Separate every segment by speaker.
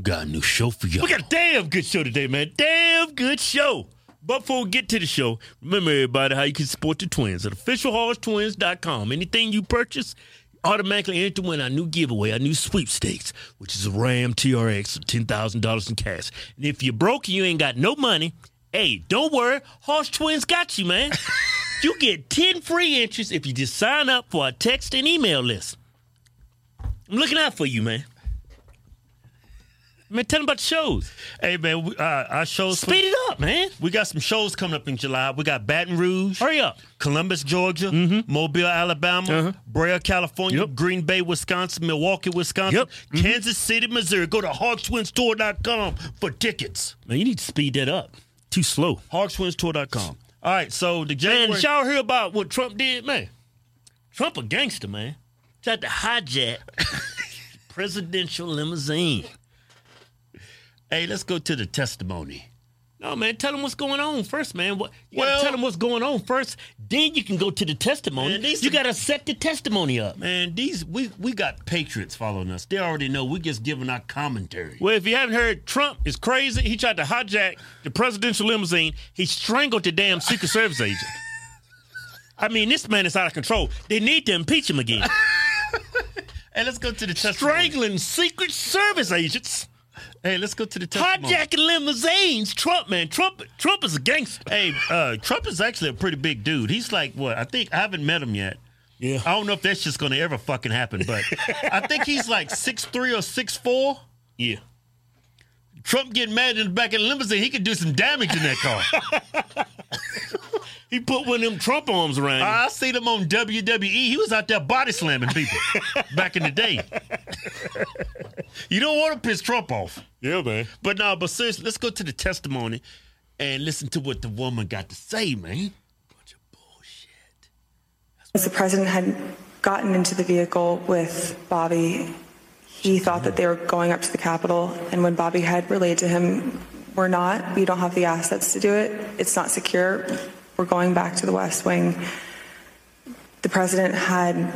Speaker 1: got a new show for y'all.
Speaker 2: We got a damn good show today, man. Damn good show. But before we get to the show, remember everybody how you can support the twins at officialhorsetwins.com. Anything you purchase, automatically enter to win our new giveaway, our new sweepstakes, which is a Ram TRX for $10,000 in cash. And if you're broke and you ain't got no money, hey, don't worry. Horse Twins got you, man. you get 10 free entries if you just sign up for our text and email list. I'm looking out for you, man. Man, tell them about the shows.
Speaker 3: Hey man, we, uh, our shows
Speaker 2: Speed it up, man.
Speaker 3: we got some shows coming up in July. We got Baton Rouge,
Speaker 2: Hurry up.
Speaker 3: Columbus, Georgia, Mobile, Alabama,
Speaker 2: Uh-huh.
Speaker 3: Brea, California,
Speaker 2: Yep.
Speaker 3: Green Bay, Wisconsin, Milwaukee, Wisconsin,
Speaker 2: Yep.
Speaker 3: Kansas City, Missouri. Go to hawkswinstore.com for tickets.
Speaker 2: Man, you need to speed that up. Too slow.
Speaker 3: hawkswinstore.com. All right, so the
Speaker 2: Man,
Speaker 3: January
Speaker 2: did y'all hear about what Trump did, man? Trump a gangster, man. Tried to hijack presidential limousine.
Speaker 3: Hey, let's go to the testimony.
Speaker 2: No, man, tell them what's going on first, man. What, you
Speaker 3: Well-
Speaker 2: gotta tell them what's going on first. Then you can go to the testimony.
Speaker 3: Man, these-
Speaker 2: you gotta set the testimony up.
Speaker 3: Man, these we we got patriots following us. They already know we just giving our commentary.
Speaker 2: Well, if you haven't heard, Trump is crazy. He tried to hijack the presidential limousine. He strangled the damn Secret Service agent. I mean, this man is out of control. They need to impeach him again.
Speaker 3: Hey, let's go to the testimony.
Speaker 2: Strangling Secret Service agents,
Speaker 3: Hey, let's go to the testimony.
Speaker 2: hijacking limousines. Trump, man, Trump, Trump is a gangster.
Speaker 3: Hey, uh, Trump is actually a pretty big dude. He's like what? I think I haven't met him yet.
Speaker 2: Yeah.
Speaker 3: I don't know if that's just gonna ever fucking happen, but I think he's like six three or six four.
Speaker 2: Yeah.
Speaker 3: Trump getting mad in the back of the limousine, he could do some damage in that car.
Speaker 2: He put one of them Trump arms around. him.
Speaker 3: I seen him on WWE. He was out there body slamming people back in the day. you don't want to piss Trump off.
Speaker 2: yeah, man.
Speaker 3: But no, but seriously, let's go to the testimony and listen to what the woman got to say, man.
Speaker 4: As the president had gotten into the vehicle with Bobby, he thought that they were going up to the Capitol. And when Bobby had relayed to him, we're not, we don't have the assets to do it, it's not secure, we're going back to the West Wing. The president had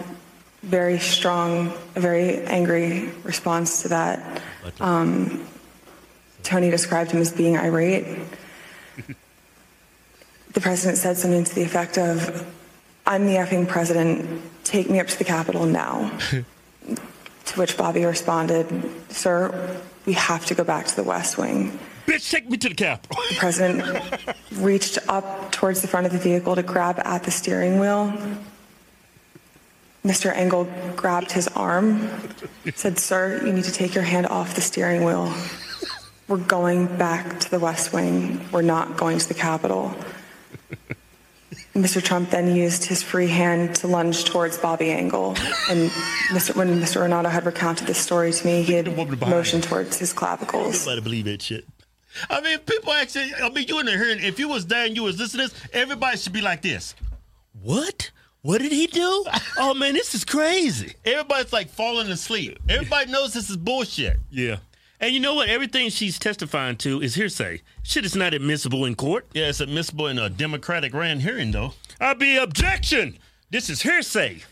Speaker 4: very strong, a very angry response to that. Um, Tony described him as being irate the president said something to the effect of, I'm the effing president, take me up to the Capitol now. to which Bobby responded, Sir, we have to go back to the West Wing.
Speaker 2: Bitch, take me to the Capitol.
Speaker 4: The president reached up towards the front of the vehicle to grab at the steering wheel. Mr. Engel grabbed his arm, said, Sir, you need to take your hand off the steering wheel. We're going back to the West Wing. We're not going to the Capitol. Mr. Trump then used his free hand to lunge towards Bobby Engel. And Mr. when Mr. Renato had recounted this story to me, he had
Speaker 3: woman behind
Speaker 4: motioned towards his clavicles.
Speaker 3: Nobody believe that shit. I mean, people actually. I mean, you in the hearing. If you was there and you was listening, to this, everybody should be like this.
Speaker 2: What? What did he do? Oh man, this is crazy.
Speaker 3: Everybody's like falling asleep. Everybody knows this is bullshit.
Speaker 2: Yeah. And you know what? Everything she's testifying to is hearsay. Shit is not admissible in court.
Speaker 3: Yeah, it's admissible in a Democratic ran hearing though.
Speaker 2: I be objection. This is hearsay.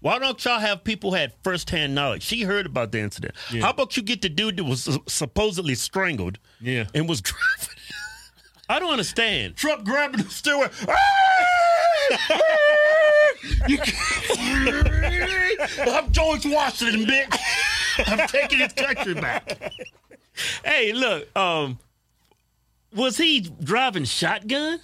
Speaker 3: Why don't y'all have people who had firsthand knowledge? She heard about the incident. How about you get the dude that was s- supposedly strangled?
Speaker 2: Yeah.
Speaker 3: and was driving.
Speaker 2: I don't understand.
Speaker 3: Trump grabbing the Ah! steering. wheel. You can't- Oh, I'm George Washington, bitch. I'm taking his country back.
Speaker 2: Hey, look, um was he driving shotgun?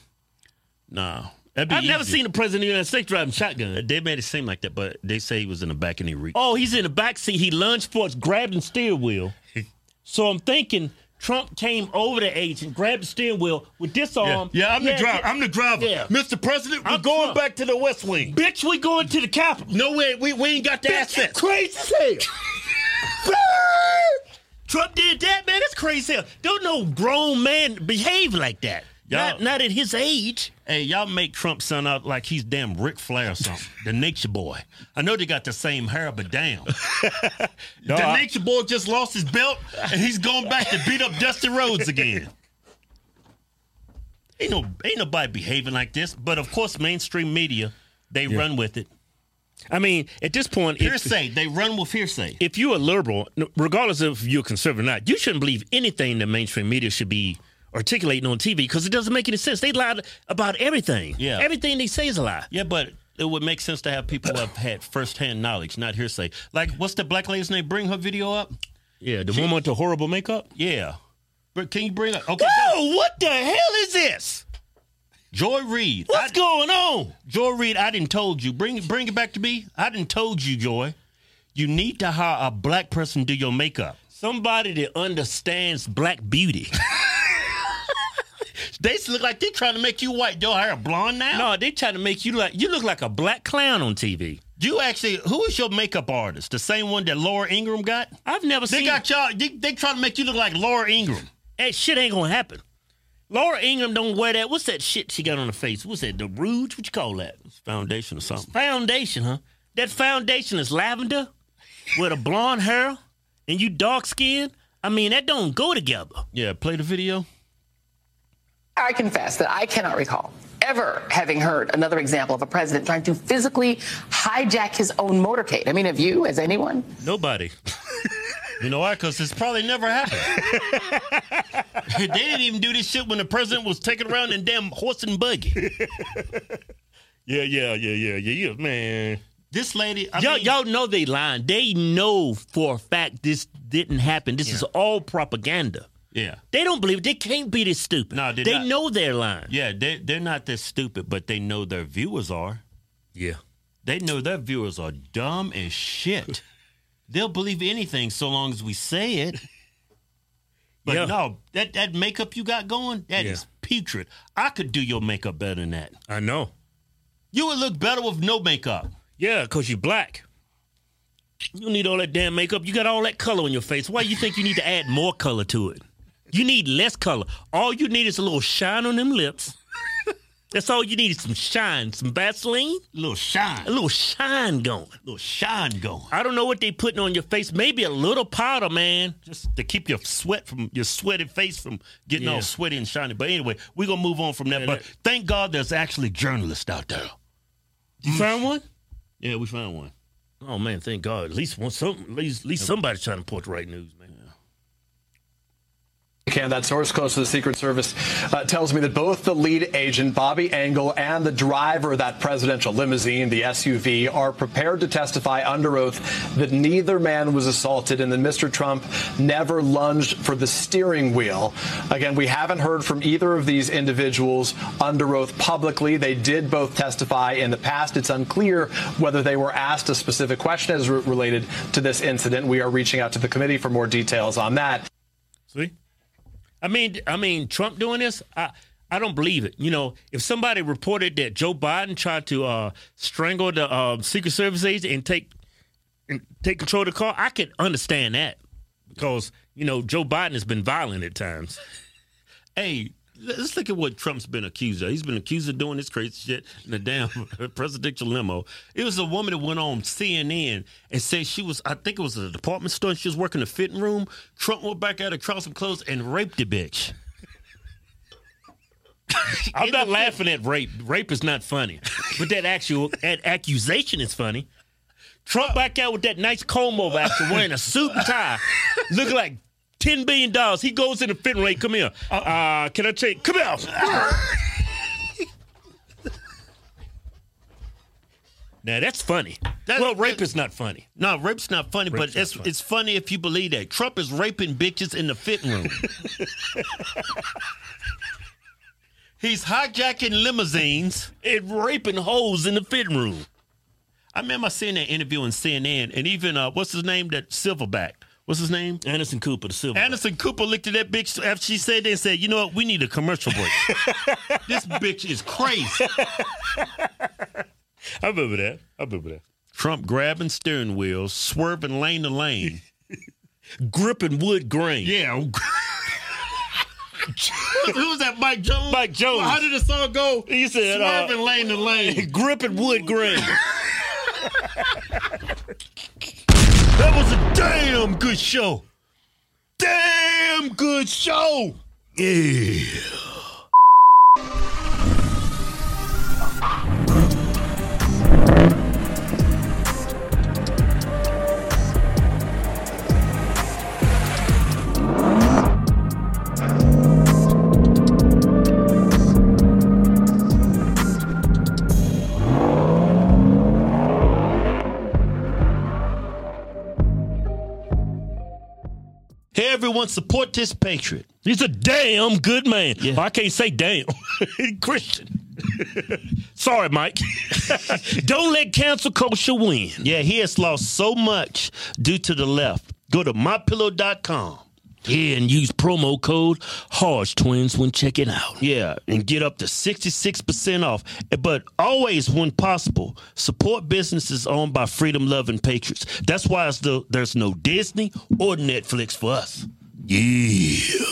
Speaker 3: No, that'd be
Speaker 2: I've never
Speaker 3: easy.
Speaker 2: seen a president of the United States driving shotgun.
Speaker 3: They made it seem like that, but they say he was in the back and he reached.
Speaker 2: Oh, he's in the back seat. He lunged for it, grabbed the steering wheel. so I'm thinking Trump came over the agent, grabbed the steering wheel with this arm. yeah.
Speaker 3: the driver.
Speaker 2: Yeah.
Speaker 3: Mr. President,
Speaker 2: I'm Trump.
Speaker 3: back to the West Wing.
Speaker 2: Bitch, we going to the Capitol.
Speaker 3: No way, we, we ain't got the
Speaker 2: That's
Speaker 3: assets.
Speaker 2: crazy as hell. Trump did that, man. That's crazy as hell. Don't no grown man behave like that.
Speaker 3: Y'all-
Speaker 2: Not, not at his age.
Speaker 3: Hey, y'all make Trump sound out like he's damn Ric Flair or something. the Nature Boy. I know they got the same hair, but damn. the
Speaker 2: I-
Speaker 3: Nature Boy just lost his belt and he's going back to beat up Dusty Rhodes again. Ain't no ain't nobody behaving like this, but of course mainstream media, they run with it.
Speaker 2: I mean, at this point, if,
Speaker 3: Hearsay. They run with hearsay.
Speaker 2: if you're a liberal, regardless of you're conservative or not, you shouldn't believe anything the mainstream media should be articulating on TV because it doesn't make any sense. They lied about everything.
Speaker 3: Yeah.
Speaker 2: Everything they say is a lie.
Speaker 3: Yeah, but it would make sense to have people who have had firsthand knowledge, not hearsay. Like, what's the black lady's name? Bring her video up.
Speaker 2: Yeah, the woman with the horrible makeup.
Speaker 3: Yeah. But can you bring up? Okay.
Speaker 2: Whoa, what the hell is this?
Speaker 3: Joy Reid.
Speaker 2: What's
Speaker 3: I-
Speaker 2: going on?
Speaker 3: Joy Reid, I didn't told you. Bring bring it back to me. I didn't told you, Joy. You need to hire a black person to do your makeup.
Speaker 2: Somebody that understands black beauty.
Speaker 3: They look like they're trying to make you white. Your hair blonde now?
Speaker 2: no, they trying to make you like you look like a black clown on TV.
Speaker 3: You actually, who is your makeup artist? The same one that Laura Ingram got?
Speaker 2: I've never
Speaker 3: They
Speaker 2: seen
Speaker 3: got y'all. They, they trying to make you look like Laura Ingram.
Speaker 2: that shit ain't gonna happen. Laura Ingram don't wear that. What's that shit she got on her face? What's that? The rouge? What you call that?
Speaker 3: Foundation or something.
Speaker 2: Foundation, huh? That foundation is lavender with a blonde hair and you dark skin. I mean, that don't go together.
Speaker 3: Yeah, play the video.
Speaker 1: I confess that I cannot recall ever having heard another example of a president trying to physically hijack his own motorcade. I mean, have you, as anyone?
Speaker 3: Nobody. you know why? Because it's probably never happened. they didn't even do this shit when the president was taking around in damn horse and buggy.
Speaker 2: Yeah, yeah, yeah, yeah, yeah, yeah, man.
Speaker 3: This lady, I
Speaker 2: Y'all,
Speaker 3: mean,
Speaker 2: y'all know they lying. They know for a fact this didn't happen. This is all propaganda.
Speaker 3: yeah,
Speaker 2: They don't believe it. They can't be this stupid.
Speaker 3: No, they're
Speaker 2: they
Speaker 3: not.
Speaker 2: know they're lying.
Speaker 3: yeah. They they're not this stupid, but they know their viewers are.
Speaker 2: Yeah.
Speaker 3: They know their viewers are dumb as shit. They'll believe anything so long as we say it. But
Speaker 2: Yeah.
Speaker 3: no, that that makeup you got going, that is
Speaker 2: Yeah.
Speaker 3: putrid. I could do your makeup better than that.
Speaker 2: I know.
Speaker 3: You would look better with no makeup.
Speaker 2: Yeah, because you black. You don't need all that damn makeup. You got all that color on your face. Why you think you need to add more color to it? You need less color. All you need is a little shine on them lips. That's all you need is some shine, some Vaseline,
Speaker 3: Little shine,
Speaker 2: a little shine going.
Speaker 3: little shine going.
Speaker 2: I don't know what they putting on your face. Maybe a little powder, man.
Speaker 3: Just to keep your sweat from your sweaty face from getting
Speaker 2: Yeah.
Speaker 3: all sweaty and shiny. But anyway, we're gonna move on from that.
Speaker 2: Yeah,
Speaker 3: but
Speaker 2: that-
Speaker 3: thank God there's actually journalists out there. Mm.
Speaker 2: You found one?
Speaker 3: Yeah, we found one.
Speaker 2: Oh man, thank God. At least one some at least, at least somebody's trying to put the right news, man.
Speaker 5: Can that source close to the Secret Service uh, tells me that both the lead agent Bobby Engel and the driver of that presidential limousine, the SUV, are prepared to testify under oath that neither man was assaulted and that Mr. Trump never lunged for the steering wheel. Again, we haven't heard from either of these individuals under oath publicly. They did both testify in the past. It's unclear whether they were asked a specific question as re- related to this incident. We are reaching out to the committee for more details on that.
Speaker 2: See? I mean I mean Trump doing this, I I don't believe it. You know, if somebody reported that Joe Biden tried to uh, strangle the uh, Secret Service agent and take and take control of the car, I could understand that because you know Joe Biden has been violent at times.
Speaker 3: Hey, let's look at what Trump's been accused of. He's been accused of doing this crazy shit in the damn presidential limo. It was a woman that went on CNN and said she was, I think it was a department store, and she was working a fitting room. Trump went back at her, tried some clothes, and raped the bitch.
Speaker 2: I'm not laughing at rape. Rape is not funny, but that actual that accusation is funny. Trump back out with that nice comb over after wearing a suit and tie, looking like ten billion dollars. He goes in the fitting room. Come here. Uh, can I take? Come here. now that's funny.
Speaker 3: That-
Speaker 2: well, rape is not funny.
Speaker 3: No, rape's not funny,
Speaker 2: Rape's
Speaker 3: but
Speaker 2: not
Speaker 3: it's
Speaker 2: funny.
Speaker 3: it's funny if you believe that. Trump is raping bitches in the fitting room. He's hijacking limousines.
Speaker 2: It raping hoes in the fitting room.
Speaker 3: I remember seeing that interview on CNN, and even uh, what's his name? That Silverback. What's his name?
Speaker 2: Anderson Cooper, the silver.
Speaker 3: Anderson Cooper looked at that bitch after she said that and said, "You know what? We need a commercial break. this bitch is crazy."
Speaker 2: I remember that. I remember that.
Speaker 3: Trump grabbing steering wheels, swerving lane to lane.
Speaker 2: Gripping wood grain.
Speaker 3: Yeah. Who was that? Mike Jones.
Speaker 2: Mike Jones.
Speaker 3: How did the song go?
Speaker 2: He said, uh,
Speaker 3: swerving lane to lane.
Speaker 2: gripping wood grain.
Speaker 3: That was a damn good show. Damn good show. Yeah.
Speaker 2: Everyone support this patriot.
Speaker 3: He's a damn good man.
Speaker 2: Yeah.
Speaker 3: Oh, I can't say damn. Christian. Sorry, Mike. Don't let cancel culture win.
Speaker 2: Yeah, he has lost so much due to the left. Go to mypillow.com.
Speaker 3: Yeah, and use promo code Hodge Twins when checking out.
Speaker 2: Yeah, and get up to 66% off. But always, when possible, support businesses owned by freedom loving patriots. That's why it's the, there's no Disney or Netflix for us.
Speaker 3: Yeah.